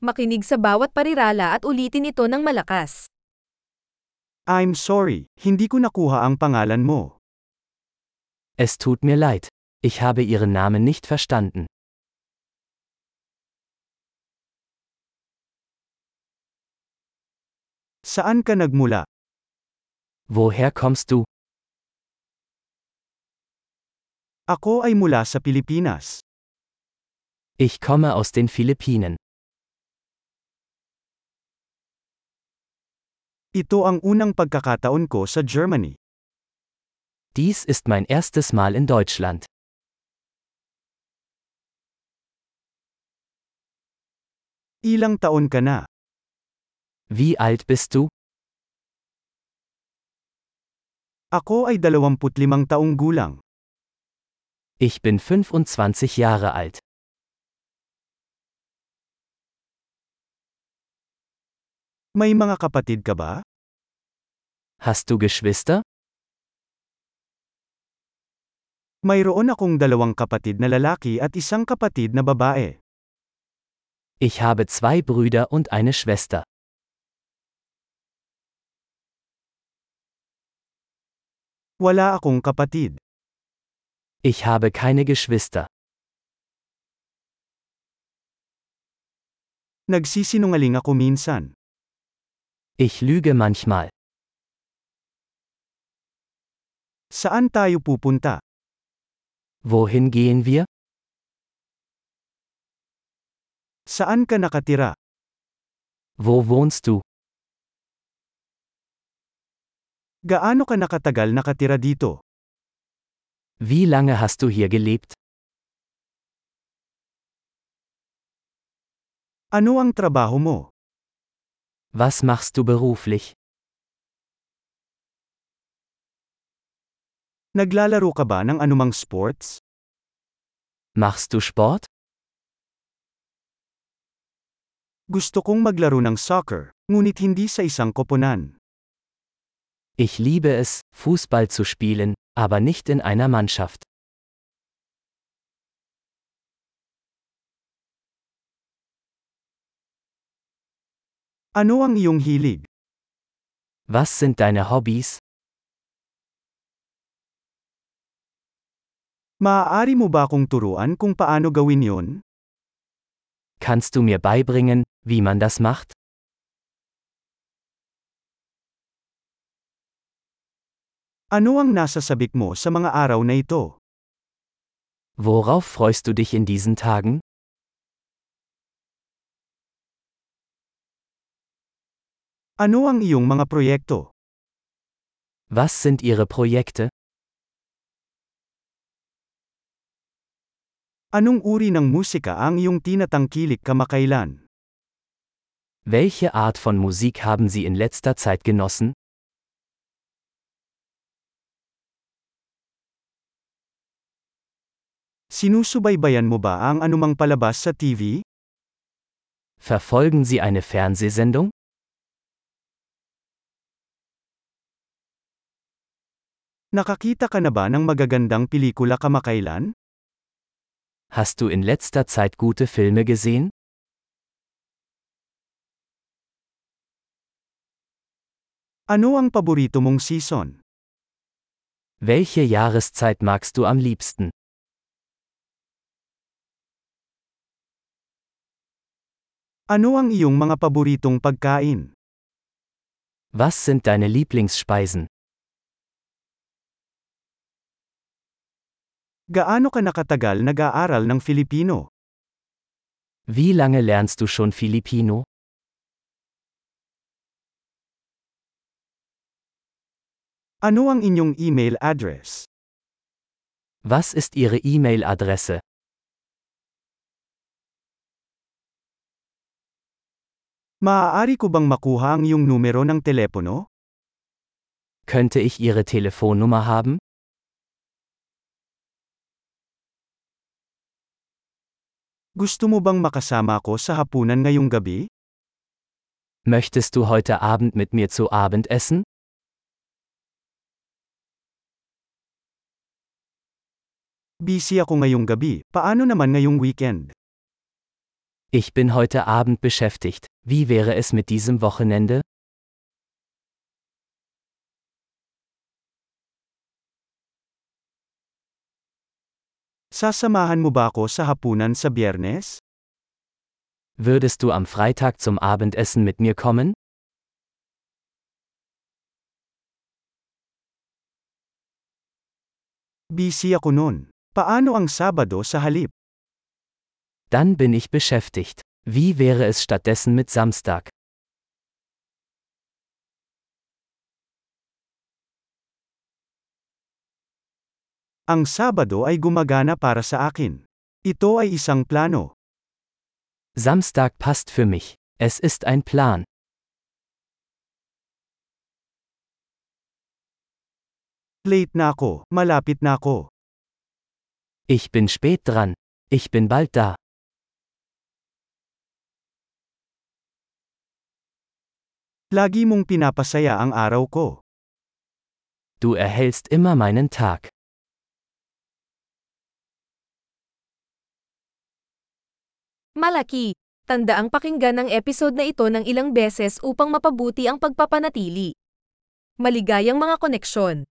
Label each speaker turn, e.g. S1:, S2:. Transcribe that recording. S1: Makinig sa bawat parirala at ulitin ito ng malakas.
S2: I'm sorry, hindi ko nakuha ang pangalan mo.
S3: Es tut mir leid. Ich habe Ihren Namen nicht verstanden.
S2: Saan ka nagmula?
S3: Woher kommst du?
S2: Ako ay mula sa Pilipinas.
S3: Ich komme aus den Philippinen.
S2: Ito ang unang pagkakataon ko sa Germany.
S3: Dies ist mein erstes Mal in Deutschland.
S2: Ilang taon ka na?
S3: Wie alt bist du?
S2: Ako ay 25 taong gulang.
S3: Ich bin 25 Jahre alt.
S2: May mga kapatid ka ba?
S3: Hast du Geschwister?
S2: Mayroon akong dalawang kapatid na lalaki at isang kapatid na babae.
S3: Ich habe zwei Brüder und eine Schwester.
S2: Wala akong kapatid.
S3: Ich habe keine Geschwister.
S2: Nagsisinungaling ako minsan.
S3: Ich lüge manchmal.
S2: Saan tayo pupunta?
S3: Wohin gehen wir?
S2: Saan ka nakatira?
S3: Wo wohnst du?
S2: Gaano ka nakatagal nakatira dito?
S3: Wie lange hast du hier gelebt?
S2: Ano ang trabaho mo?
S3: Was machst du beruflich?
S2: Naglalaro ka ba ng anumang sports?
S3: Machst du Sport?
S2: Gusto kong maglaro ng soccer, ngunit hindi sa isang koponan.
S3: Ich liebe es, Fußball zu spielen, aber nicht in einer Mannschaft.
S2: Ano ang iyong hilig?
S3: Was sind deine Hobbys?
S2: Maaari mo ba akong turuan kung paano gawin yon?
S3: Kannst du mir beibringen, wie man das macht?
S2: Ano ang nasa sabik mo sa mga araw na ito?
S3: Worauf freust du dich in diesen Tagen?
S2: Ano ang iyong mga proyekto?
S3: Was sind ihre Projekte?
S2: Anong uri ng musika ang iyong tinatangkilik kamakailan?
S3: Welche Art von Musik haben sie in letzter Zeit genossen?
S2: Sinusubaybayan mo ba ang anumang palabas sa TV?
S3: Verfolgen sie eine Fernsehsendung?
S2: Nakakita ka na ba ng magagandang pelikula kamakailan?
S3: Hast du in letzter Zeit gute Filme gesehen?
S2: Ano ang paborito mong season?
S3: Welche Jahreszeit magst du am liebsten?
S2: Ano ang iyong mga paboritong pagkain?
S3: Was sind deine Lieblingsspeisen?
S2: Gaano ka nakatagal nag-aaral ng Filipino?
S3: Wie lange lernst du schon Filipino?
S2: Ano ang inyong email address?
S3: Was ist ihre E-Mail-Adresse?
S2: Maaari ko bang makuha ang iyong numero ng telepono?
S3: Könnte ich ihre Telefonnummer haben?
S2: Gusto mo bang makasama ko sa hapunan ngayong gabi?
S3: Möchtest du heute Abend mit mir zu Abend essen?
S2: Busy ako ngayong gabi, paano naman ngayong weekend?
S3: Ich bin heute Abend beschäftigt. Wie wäre es mit diesem Wochenende?
S2: Sasamahan mo ba ako sa hapunan sa biyernes?
S3: Würdest du am Freitag zum Abendessen mit mir kommen?
S2: Busy ako nun. Paano ang Sabado sa halip?
S3: Dann bin ich beschäftigt. Wie wäre es stattdessen mit Samstag?
S2: Ang Sabado ay gumagana para sa akin. Ito ay isang plano.
S3: Samstag passt für mich. Es ist ein Plan.
S2: Late na ako, malapit na ako.
S3: Ich bin spät dran. Ich bin bald da.
S2: Lagi mong pinapasaya ang araw ko.
S3: Du erhältst immer meinen Tag.
S1: Malaki. Tandaang pakinggan ang episode na ito ng ilang beses upang mapabuti ang pagpapanatili. Maligayang mga koneksyon.